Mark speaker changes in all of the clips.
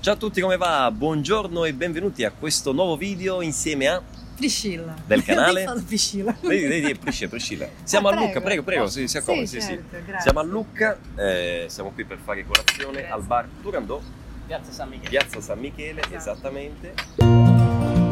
Speaker 1: Ciao a tutti, come va? Buongiorno e benvenuti a questo nuovo video insieme a...
Speaker 2: Priscilla.
Speaker 1: Del canale?
Speaker 2: Di fatto Priscilla.
Speaker 1: Vedi, vedi, è Priscilla, Priscilla. Siamo
Speaker 2: Ah,
Speaker 1: a Lucca, prego,
Speaker 2: prego.
Speaker 1: prego,
Speaker 2: Oh,
Speaker 1: sì, si accomodi,
Speaker 2: sì,
Speaker 1: sì, sì.
Speaker 2: certo, grazie.
Speaker 1: Siamo a Lucca, eh, siamo qui per fare colazione
Speaker 2: Grazie.
Speaker 1: al bar Turandot,
Speaker 3: Piazza San Michele.
Speaker 1: Piazza San Michele,
Speaker 2: Esatto.
Speaker 1: esattamente.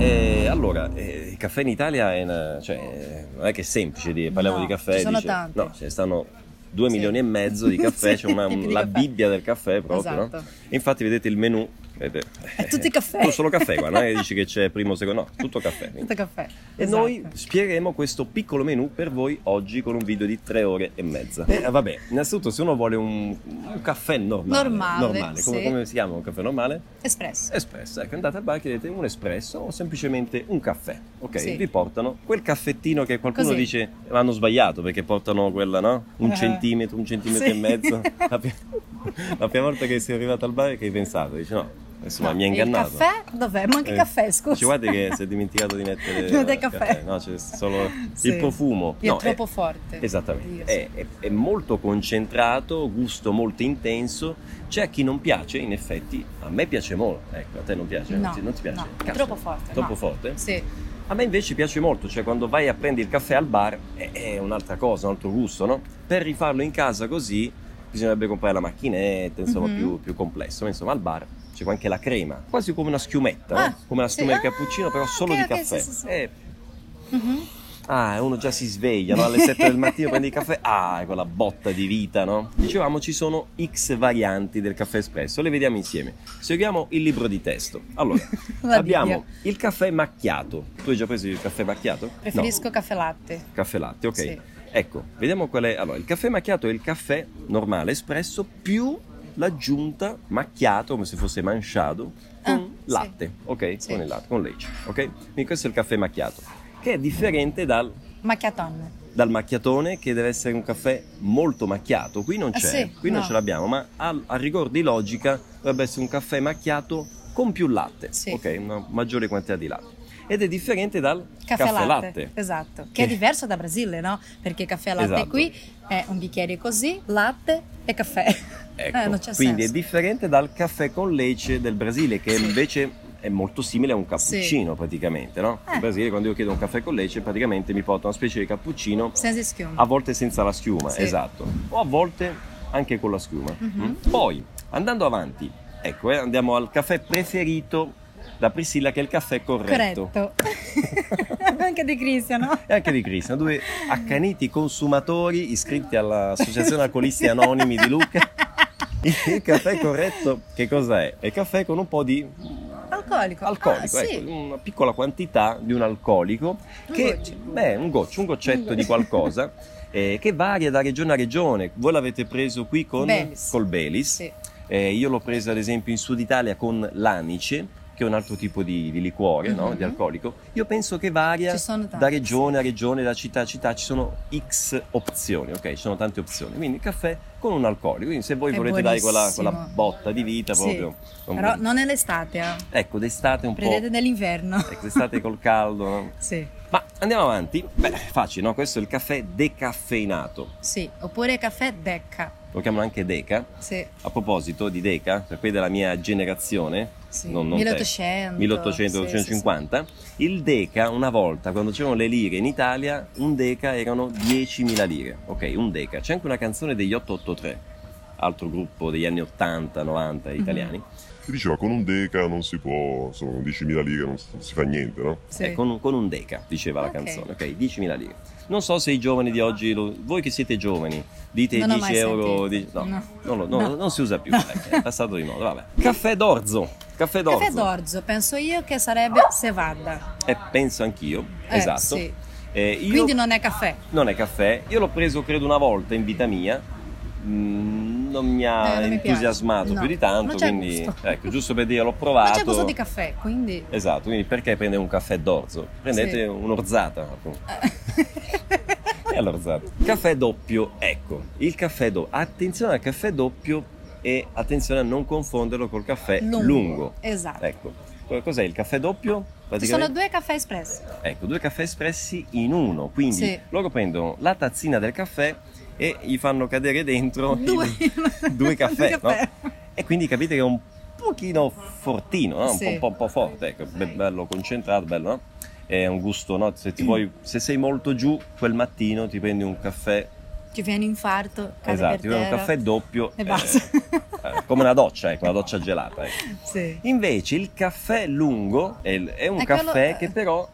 Speaker 1: Eh, allora, eh, il caffè in Italia è una- cioè, eh, non è che è semplice, dire, parliamo
Speaker 2: No,
Speaker 1: di caffè.
Speaker 2: ci sono
Speaker 1: dice-
Speaker 2: tanti.
Speaker 1: No, ce ne stanno 2
Speaker 2: Sì.
Speaker 1: milioni e mezzo di caffè,
Speaker 2: Sì,
Speaker 1: c'è una-
Speaker 2: tipi di
Speaker 1: la
Speaker 2: caffè.
Speaker 1: Bibbia del caffè proprio. no?
Speaker 2: Esatto.
Speaker 1: Infatti vedete il menù. vedete,
Speaker 2: È tutti caffè.
Speaker 1: Tu solo caffè qua, non è che dici che c'è primo, secondo, no, tutto caffè. quindi.
Speaker 2: Tutto caffè.
Speaker 1: E
Speaker 2: esatto.
Speaker 1: noi spiegheremo questo piccolo menù per voi oggi con un video di 3 ore e mezza. Eh, vabbè, innanzitutto se uno vuole un, un caffè normale,
Speaker 2: Normale,
Speaker 1: come,
Speaker 2: sì.
Speaker 1: come si chiama un caffè normale?
Speaker 2: Espresso.
Speaker 1: Espresso, ecco, andate al bar e chiedete un espresso o semplicemente un caffè, ok?
Speaker 2: Sì.
Speaker 1: Vi portano quel caffettino che qualcuno
Speaker 2: Così.
Speaker 1: dice l'hanno sbagliato perché portano quella, no? Un
Speaker 2: Ah.
Speaker 1: centimetro, un centimetro
Speaker 2: Sì.
Speaker 1: e mezzo. La, pri- la prima volta che sei arrivato al bar che hai pensato? Dici no, insomma
Speaker 2: No,
Speaker 1: mi ha
Speaker 2: e il
Speaker 1: ingannato.
Speaker 2: caffè? Dov'è? Manca
Speaker 1: Eh,
Speaker 2: il caffè, scusa.
Speaker 1: Ci guardi che si è dimenticato di mettere
Speaker 2: Non
Speaker 1: eh,
Speaker 2: è caffè.
Speaker 1: No, c'è solo
Speaker 2: Sì.
Speaker 1: il profumo.
Speaker 2: È
Speaker 1: No, eh,
Speaker 2: troppo forte.
Speaker 1: Esattamente,
Speaker 2: Dio,
Speaker 1: è, è- è molto concentrato, gusto molto intenso, c'è a chi non piace, in effetti a me piace molto, ecco a te non piace,
Speaker 2: No,
Speaker 1: non, ti, non ti piace,
Speaker 2: no, è
Speaker 1: Cazzo,
Speaker 2: troppo forte,
Speaker 1: troppo
Speaker 2: no.
Speaker 1: forte?
Speaker 2: Sì,
Speaker 1: A me invece piace molto, cioè quando vai a prendere il caffè al bar è, è un'altra cosa, un altro gusto, no? Per rifarlo in casa così bisognerebbe comprare la macchinetta, insomma
Speaker 2: Mhm.
Speaker 1: più, più complesso, ma insomma al bar c'è anche la crema, quasi come una schiumetta,
Speaker 2: Ah,
Speaker 1: no? come la
Speaker 2: sì.
Speaker 1: schiuma del
Speaker 2: Ah,
Speaker 1: cappuccino però solo
Speaker 2: ok,
Speaker 1: di
Speaker 2: ok, sì,
Speaker 1: caffè.
Speaker 2: sì, sì.
Speaker 1: Eh,
Speaker 2: Mhm.
Speaker 1: Ah, uno già si sveglia no? alle 7 del mattino, prende il caffè, ah, quella botta di vita, no? Dicevamo ci sono X varianti del caffè espresso, le vediamo insieme. Seguiamo il libro di testo. Allora,
Speaker 2: La
Speaker 1: abbiamo
Speaker 2: Bibbia.
Speaker 1: il caffè macchiato. Tu hai già preso il caffè macchiato?
Speaker 2: preferisco caffè latte.
Speaker 1: No, caffè latte, ok.
Speaker 2: Sì.
Speaker 1: Ecco, vediamo qual è. Allora, il caffè macchiato è il caffè normale espresso più l'aggiunta macchiato, come se fosse manciato, con
Speaker 2: Ah, sì.
Speaker 1: latte, ok?
Speaker 2: Sì.
Speaker 1: Con il latte, con lecce, ok? Quindi questo è il caffè macchiato, che è differente dal
Speaker 2: Macchiatone.
Speaker 1: dal macchiatone che deve essere un caffè molto macchiato. Qui non
Speaker 2: Ah,
Speaker 1: c'è,
Speaker 2: sì?
Speaker 1: qui non
Speaker 2: No.
Speaker 1: ce l'abbiamo, ma al- a, rigor di logica dovrebbe essere un caffè macchiato con più latte,
Speaker 2: Sì.
Speaker 1: ok? Una maggiore quantità di latte. Ed è differente dal
Speaker 2: Caffè, latte.
Speaker 1: latte.
Speaker 2: Esatto. Che
Speaker 1: Che-
Speaker 2: è diverso da Brasile, no? Perché caffè latte
Speaker 1: Esatto.
Speaker 2: qui è un bicchiere così, latte e caffè.
Speaker 1: Ecco,
Speaker 2: Eh, non c'è
Speaker 1: quindi è
Speaker 2: senso.
Speaker 1: differente dal caffè con lecce del Brasile, che
Speaker 2: Sì.
Speaker 1: invece è molto simile a un cappuccino praticamente, no?
Speaker 2: Eh.
Speaker 1: In Brasile quando io chiedo un caffè con lecce praticamente mi porta una specie di cappuccino
Speaker 2: Senza schiuma.
Speaker 1: a volte senza la schiuma,
Speaker 2: Sì.
Speaker 1: esatto, o a volte anche con la schiuma.
Speaker 2: Mhm.
Speaker 1: Mm. Poi, andando avanti, ecco, eh, andiamo al caffè preferito da Priscilla, che è il caffè corretto.
Speaker 2: Corretto. Anche di Cristiano.
Speaker 1: E anche di Cristina, due accaniti consumatori iscritti all'Associazione Alcolisti Anonimi di Lucca. Il caffè corretto che cosa è? È il caffè con un po' di
Speaker 2: Alcolico.
Speaker 1: alcolico,
Speaker 2: Ah,
Speaker 1: ecco, una piccola quantità di un alcolico
Speaker 2: Un
Speaker 1: che
Speaker 2: goccio.
Speaker 1: beh, un goccio, un goccetto
Speaker 2: Un
Speaker 1: di
Speaker 2: goccio.
Speaker 1: qualcosa eh, che varia da regione a regione. Voi l'avete preso qui con
Speaker 2: Belis.
Speaker 1: col Belis,
Speaker 2: Sì.
Speaker 1: Eh, io l'ho preso ad esempio in Sud Italia con l'anice, che è un altro tipo di, di liquore, no? di
Speaker 2: Mhm.
Speaker 1: alcolico. Io penso che varia
Speaker 2: Ci sono
Speaker 1: da
Speaker 2: tanti,
Speaker 1: regione a regione, da città a città, ci sono X opzioni, ok? Ci sono tante opzioni. Quindi il caffè con un alcolico. Quindi se voi
Speaker 2: È
Speaker 1: volete dare quella,
Speaker 2: buonissimo.
Speaker 1: quella botta di vita
Speaker 2: Sì.
Speaker 1: proprio. non-
Speaker 2: Però non è l'estate, eh.
Speaker 1: Ecco, d'estate un
Speaker 2: prendete
Speaker 1: po'.
Speaker 2: nell'inverno.
Speaker 1: Ecco, d'estate col caldo, no?
Speaker 2: Sì,
Speaker 1: Ma andiamo avanti. Beh, facile, no? Questo è il caffè decaffeinato.
Speaker 2: sì, oppure caffè Decca.
Speaker 1: Lo chiamano anche Deca.
Speaker 2: Sì,
Speaker 1: A proposito di Deca, per quelli della mia generazione,
Speaker 2: sì.
Speaker 1: Non- non te.
Speaker 2: 1800.
Speaker 1: 1800-1850, il Deca una volta, quando c'erano le lire in Italia, un Deca erano 10.000 lire. Ok, un Deca. C'è anche una canzone degli 883, altro gruppo degli anni 80, 90 italiani.
Speaker 4: che diceva con un deca non si può, insomma con 10.000 lire non si- non si fa niente, no?
Speaker 2: Sì, sì.
Speaker 1: Eh, con, un- con un Deca, diceva la
Speaker 2: Ok.
Speaker 1: canzone. Ok, 10.000 lire. Non so se i giovani di oggi, lo- voi che siete giovani, dite
Speaker 2: Non ho
Speaker 1: 10
Speaker 2: mai
Speaker 1: euro.
Speaker 2: sentito.
Speaker 1: di- no,
Speaker 2: No.
Speaker 1: Non, lo- no,
Speaker 2: No.
Speaker 1: non si usa più,
Speaker 2: No.
Speaker 1: ecco, è passato di moda. Vabbè. Caffè d'orzo. Caffè d'orzo.
Speaker 2: Caffè d'orzo, penso io che sarebbe cevada.
Speaker 1: Eh, penso anch'io,
Speaker 2: Eh,
Speaker 1: esatto.
Speaker 2: sì.
Speaker 1: Eh, io-
Speaker 2: Quindi non è caffè.
Speaker 1: non è caffè. Io l'ho preso credo una volta in vita mia. Mm, non mi
Speaker 2: Eh,
Speaker 1: ha
Speaker 2: non mi piace.
Speaker 1: entusiasmato
Speaker 2: No,
Speaker 1: più di tanto,
Speaker 2: non c'è
Speaker 1: quindi
Speaker 2: gusto.
Speaker 1: ecco, giusto per dire l'ho
Speaker 2: Non
Speaker 1: provato.
Speaker 2: c'è gusto di caffè, quindi...
Speaker 1: Esatto, quindi perché prendere un caffè d'orzo? Prendete
Speaker 2: Sì.
Speaker 1: un'orzata. ecco. appunto.
Speaker 2: eh.
Speaker 1: E all'orzata. Caffè doppio, ecco, il caffè doppio. Attenzione al caffè doppio e attenzione a non confonderlo col caffè lungo.
Speaker 2: Esatto.
Speaker 1: Ecco, Co- cos'è il caffè doppio?
Speaker 2: Ci sono
Speaker 1: Praticamente-
Speaker 2: due caffè espresso.
Speaker 1: Ecco, due caffè espressi in uno, quindi
Speaker 2: Sì.
Speaker 1: loro prendono la tazzina del caffè e gli fanno cadere dentro i-
Speaker 2: Due-
Speaker 1: due caffè,
Speaker 2: due
Speaker 1: no?
Speaker 2: caffè.
Speaker 1: e quindi capite che è un pochino fortino, no? un,
Speaker 2: Sì.
Speaker 1: po', un po'- un po' forte, ecco, be- bello concentrato, bello, no? È un gusto, no? se,
Speaker 2: Mm.
Speaker 1: ti vuoi- se sei molto giù, quel mattino ti prendi un caffè
Speaker 2: Ti viene un infarto, cade
Speaker 1: Esatto,
Speaker 2: per
Speaker 1: io un
Speaker 2: terra.
Speaker 1: caffè doppio.
Speaker 2: E basta.
Speaker 1: eh, come una doccia, ecco, una doccia gelata. ecco.
Speaker 2: Sì.
Speaker 1: Invece il caffè lungo è, è un
Speaker 2: È quello- eh,
Speaker 1: caffè che però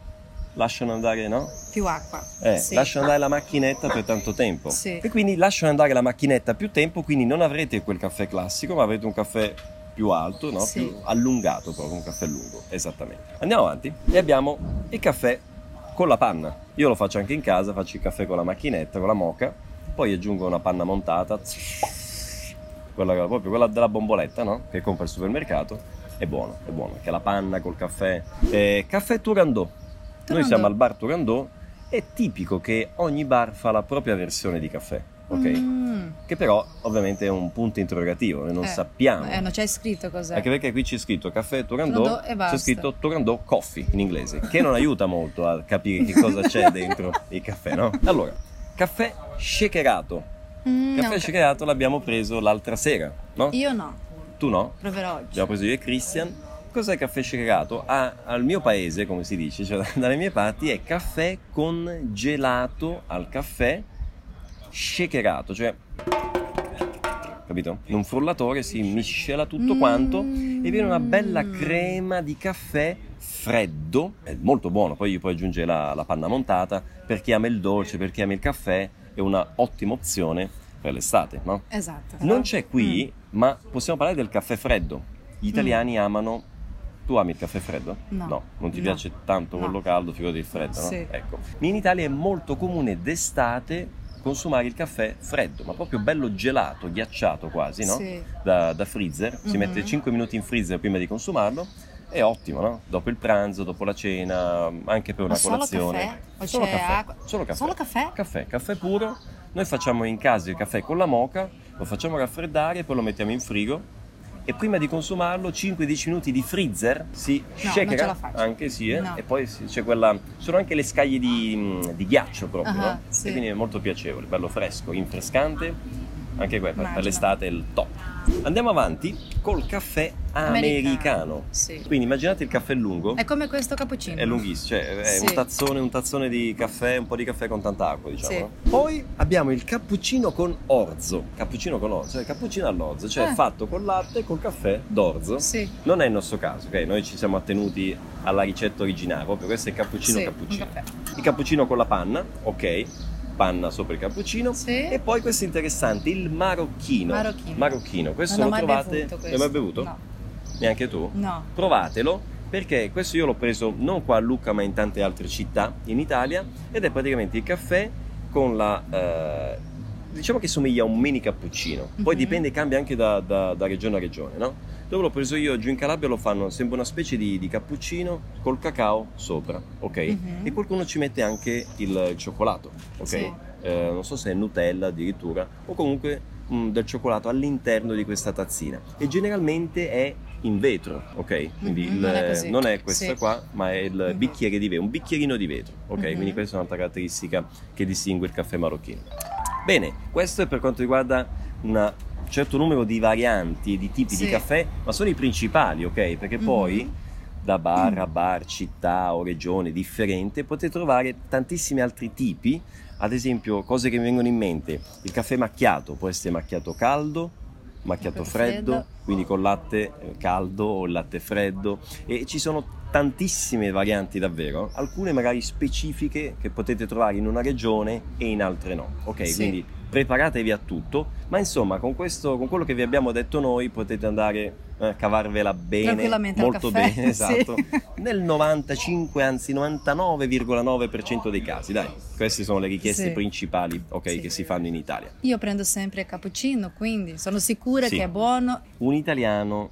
Speaker 1: lasciano andare, no?
Speaker 2: Più acqua.
Speaker 1: Eh,
Speaker 2: Sì.
Speaker 1: Lasciano andare la macchinetta per tanto tempo.
Speaker 2: Sì.
Speaker 1: E quindi lasciano andare la macchinetta più tempo, quindi non avrete quel caffè classico, ma avrete un caffè più alto, no?
Speaker 2: Sì.
Speaker 1: più allungato proprio, un caffè lungo, esattamente. Andiamo avanti e abbiamo il caffè con la panna. Io lo faccio anche in casa, faccio il caffè con la macchinetta, con la moca, poi aggiungo una panna montata, quella, proprio quella della bomboletta, no? Che compra al supermercato. È buono, è buono, che la panna col caffè. Eh, caffè Turandot. Noi
Speaker 2: Turandot.
Speaker 1: siamo al bar Turandot è tipico che ogni bar fa la propria versione di caffè, ok?
Speaker 2: Mm.
Speaker 1: Che però ovviamente è un punto interrogativo, noi non
Speaker 2: Eh,
Speaker 1: sappiamo.
Speaker 2: Eh, non c'è scritto cos'è.
Speaker 1: Anche perché qui c'è scritto caffè
Speaker 2: Turandot e
Speaker 1: Turandot, c'è
Speaker 2: basta.
Speaker 1: scritto Turandot Coffee in inglese, che non aiuta molto a capire che cosa c'è dentro il caffè, no? Allora, caffè shakerato.
Speaker 2: Mm,
Speaker 1: Il caffè
Speaker 2: no,
Speaker 1: shakerato l'abbiamo preso l'altra sera, no?
Speaker 2: Io no,
Speaker 1: Tu no?
Speaker 2: proverò oggi.
Speaker 1: Abbiamo preso io e Christian. Cos'è il caffè shakerato? Ah, al mio paese, come si dice, cioè dalle mie parti, è caffè con gelato al caffè shakerato, cioè capito? In un frullatore si miscela tutto
Speaker 2: Mm.
Speaker 1: quanto e viene una bella crema di caffè freddo, è molto buono, poi gli puoi aggiungere la, la panna montata, per chi ama il dolce, per chi ama il caffè, è una ottima opzione per l'estate, no?
Speaker 2: Esatto.
Speaker 1: Non c'è qui,
Speaker 2: Mm.
Speaker 1: ma possiamo parlare del caffè freddo. Gli italiani amano. Tu ami il caffè freddo?
Speaker 2: No.
Speaker 1: non ti
Speaker 2: No.
Speaker 1: piace tanto
Speaker 2: No.
Speaker 1: quello caldo, figurati il freddo, no?
Speaker 2: Sì.
Speaker 1: Ecco. In Italia è molto comune d'estate consumare il caffè freddo, ma proprio bello gelato, ghiacciato quasi, no?
Speaker 2: Sì.
Speaker 1: Da, da freezer. Si
Speaker 2: Mhm.
Speaker 1: mette 5 minuti in freezer prima di consumarlo. È ottimo, no? Dopo il pranzo, dopo la cena, anche per
Speaker 2: Ma
Speaker 1: una
Speaker 2: solo
Speaker 1: colazione.
Speaker 2: caffè? O
Speaker 1: Solo
Speaker 2: c'è
Speaker 1: caffè.
Speaker 2: acqua?
Speaker 1: Solo caffè.
Speaker 2: Solo caffè?
Speaker 1: Caffè, caffè puro. Noi facciamo in casa il caffè con la moca, lo facciamo raffreddare, poi lo mettiamo in frigo e prima di consumarlo 5-10 minuti di freezer si
Speaker 2: non ce la
Speaker 1: shakera
Speaker 2: faccio.
Speaker 1: anche sì, eh?
Speaker 2: No.
Speaker 1: e poi si- c'è quella sono anche le scaglie di, mm, di ghiaccio proprio,
Speaker 2: Ah,
Speaker 1: no?
Speaker 2: sì.
Speaker 1: E quindi è molto piacevole, bello fresco, infrescante. Anche quello per- per
Speaker 2: Immagino.
Speaker 1: l'estate è il top. Andiamo avanti col caffè americano.
Speaker 2: Sì.
Speaker 1: Quindi immaginate il caffè lungo.
Speaker 2: È come questo cappuccino.
Speaker 1: È lunghissimo, cioè è
Speaker 2: Sì.
Speaker 1: un, tazzone, un tazzone di caffè, un po' di caffè con tanta acqua, diciamo.
Speaker 2: Sì.
Speaker 1: no? Poi abbiamo il cappuccino con orzo. Cappuccino con orzo, cioè cappuccino all'orzo, cioè
Speaker 2: Eh.
Speaker 1: fatto col latte e col caffè d'orzo.
Speaker 2: Sì.
Speaker 1: Non è il nostro caso, ok? Noi ci siamo attenuti alla ricetta originaria, proprio questo è il cappuccino
Speaker 2: sì,
Speaker 1: cappuccino.
Speaker 2: Un caffè.
Speaker 1: Il cappuccino con la panna, ok? Panna sopra il cappuccino.
Speaker 2: Sì.
Speaker 1: E poi questo è interessante, il marocchino.
Speaker 2: Marocchino.
Speaker 1: Marocchino, questo
Speaker 2: non ho
Speaker 1: lo
Speaker 2: mai
Speaker 1: trovate.
Speaker 2: bevuto questo.
Speaker 1: L'hai mai bevuto?
Speaker 2: No.
Speaker 1: Neanche tu?
Speaker 2: no.
Speaker 1: provatelo perché questo io l'ho preso non qua a Lucca ma in tante altre città in Italia ed è praticamente il caffè con la eh, diciamo che somiglia a un mini cappuccino poi
Speaker 2: Mhm.
Speaker 1: dipende cambia anche da, da- da regione a regione no? dove l'ho preso io giù in Calabria lo fanno sembra una specie di, di cappuccino col cacao sopra ok
Speaker 2: Mhm.
Speaker 1: e qualcuno ci mette anche il cioccolato ok
Speaker 2: Sì.
Speaker 1: Eh, non so se è Nutella addirittura o comunque mm, del cioccolato all'interno di questa tazzina e generalmente è in vetro, ok? Quindi
Speaker 2: Mhm,
Speaker 1: il-
Speaker 2: non è così.
Speaker 1: questo
Speaker 2: Sì.
Speaker 1: qua, ma è il
Speaker 2: Mhm.
Speaker 1: bicchiere di vetro, un bicchierino di vetro, ok?
Speaker 2: Mhm.
Speaker 1: Quindi questa è un'altra caratteristica che distingue il caffè marocchino. Bene, questo è per quanto riguarda un certo numero di varianti e di tipi di
Speaker 2: Sì.
Speaker 1: caffè, ma sono i principali, ok? Perché poi
Speaker 2: Mhm.
Speaker 1: da bar a bar, città o regione differente, potete trovare tantissimi altri tipi, ad esempio cose che mi vengono in mente, il caffè macchiato, può essere macchiato caldo, macchiato
Speaker 2: Macchiato
Speaker 1: freddo,
Speaker 2: freddo.
Speaker 1: quindi col latte eh, caldo o il latte freddo e ci sono tantissime varianti davvero, alcune magari specifiche che potete trovare in una regione e in altre no, ok?
Speaker 2: Sì.
Speaker 1: Quindi preparatevi a tutto, ma insomma con, questo, con quello che vi abbiamo detto noi potete andare eh, a cavarvela bene,
Speaker 2: Tranquillamente al
Speaker 1: molto
Speaker 2: caffè,
Speaker 1: bene, esatto,
Speaker 2: sì.
Speaker 1: nel 95, anzi 99,9% dei casi, dai, queste sono le richieste
Speaker 2: Sì.
Speaker 1: principali, ok,
Speaker 2: Sì.
Speaker 1: che si fanno in Italia.
Speaker 2: Io prendo sempre cappuccino, quindi sono sicura
Speaker 1: Sì.
Speaker 2: che è buono.
Speaker 1: Un italiano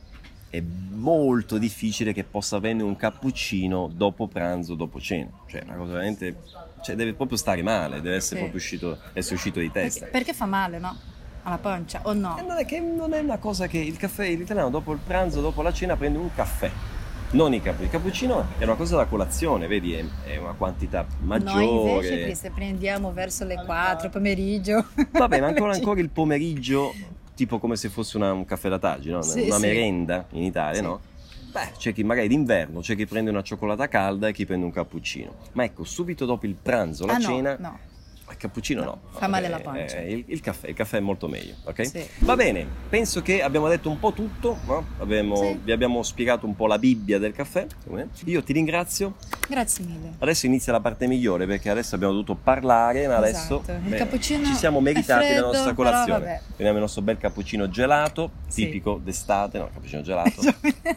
Speaker 1: è molto difficile che possa averne un cappuccino dopo pranzo, dopo cena, cioè è una cosa veramente, cioè deve proprio stare male, deve essere
Speaker 2: Sì.
Speaker 1: proprio uscito, essere uscito di testa.
Speaker 2: Perché, perché fa male, no? Alla pancia o
Speaker 1: Eh,
Speaker 2: no?
Speaker 1: Non è, che non è una cosa che il caffè, l'italiano dopo il pranzo, dopo la cena prende un caffè. non i capu- il cappuccino è una cosa da colazione, vedi, è, è una quantità
Speaker 2: Noi invece
Speaker 1: maggiore.
Speaker 2: che se prendiamo verso le 4 pomeriggio.
Speaker 1: Vabbè, ma ancora, ancora il pomeriggio, tipo come se fosse una- un caffè da taggi, no?
Speaker 2: Sì,
Speaker 1: una
Speaker 2: sì.
Speaker 1: merenda in Italia,
Speaker 2: Sì.
Speaker 1: no? Beh, c'è chi magari d'inverno, c'è chi prende una cioccolata calda e chi prende un cappuccino. Ma ecco, subito dopo il pranzo, la
Speaker 2: Ah, no,
Speaker 1: cena,
Speaker 2: no.
Speaker 1: il cappuccino no.
Speaker 2: fa male la
Speaker 1: Eh,
Speaker 2: pancia.
Speaker 1: eh, il, il caffè, il caffè è molto meglio, ok?
Speaker 2: Sì.
Speaker 1: Va bene, penso che abbiamo detto un po' tutto, no? Abbiamo-
Speaker 2: Sì.
Speaker 1: vi abbiamo spiegato un po' la Bibbia del caffè. secondo me. Io ti ringrazio.
Speaker 2: Grazie mille.
Speaker 1: Adesso inizia la parte migliore perché adesso abbiamo dovuto parlare, ma adesso
Speaker 2: Esatto. Il
Speaker 1: beh,
Speaker 2: cappuccino
Speaker 1: ci siamo
Speaker 2: è
Speaker 1: meritati
Speaker 2: freddo,
Speaker 1: la nostra
Speaker 2: però
Speaker 1: colazione.
Speaker 2: vabbè.
Speaker 1: Prendiamo il nostro bel cappuccino gelato,
Speaker 2: Sì.
Speaker 1: tipico d'estate, no, cappuccino gelato.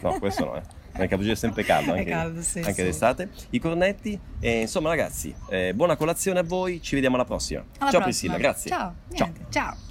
Speaker 1: no, questo no, eh. Ma Il cappuccino è sempre caldo,
Speaker 2: È
Speaker 1: anche,
Speaker 2: caldo, sì,
Speaker 1: anche
Speaker 2: sì.
Speaker 1: d'estate. I cornetti, e insomma ragazzi, eh, buona eh, colazione a voi, ci vediamo alla prossima.
Speaker 2: Alla
Speaker 1: Ciao
Speaker 2: prossima.
Speaker 1: Priscilla, grazie.
Speaker 2: Ciao.
Speaker 1: Ciao.
Speaker 2: niente, ciao.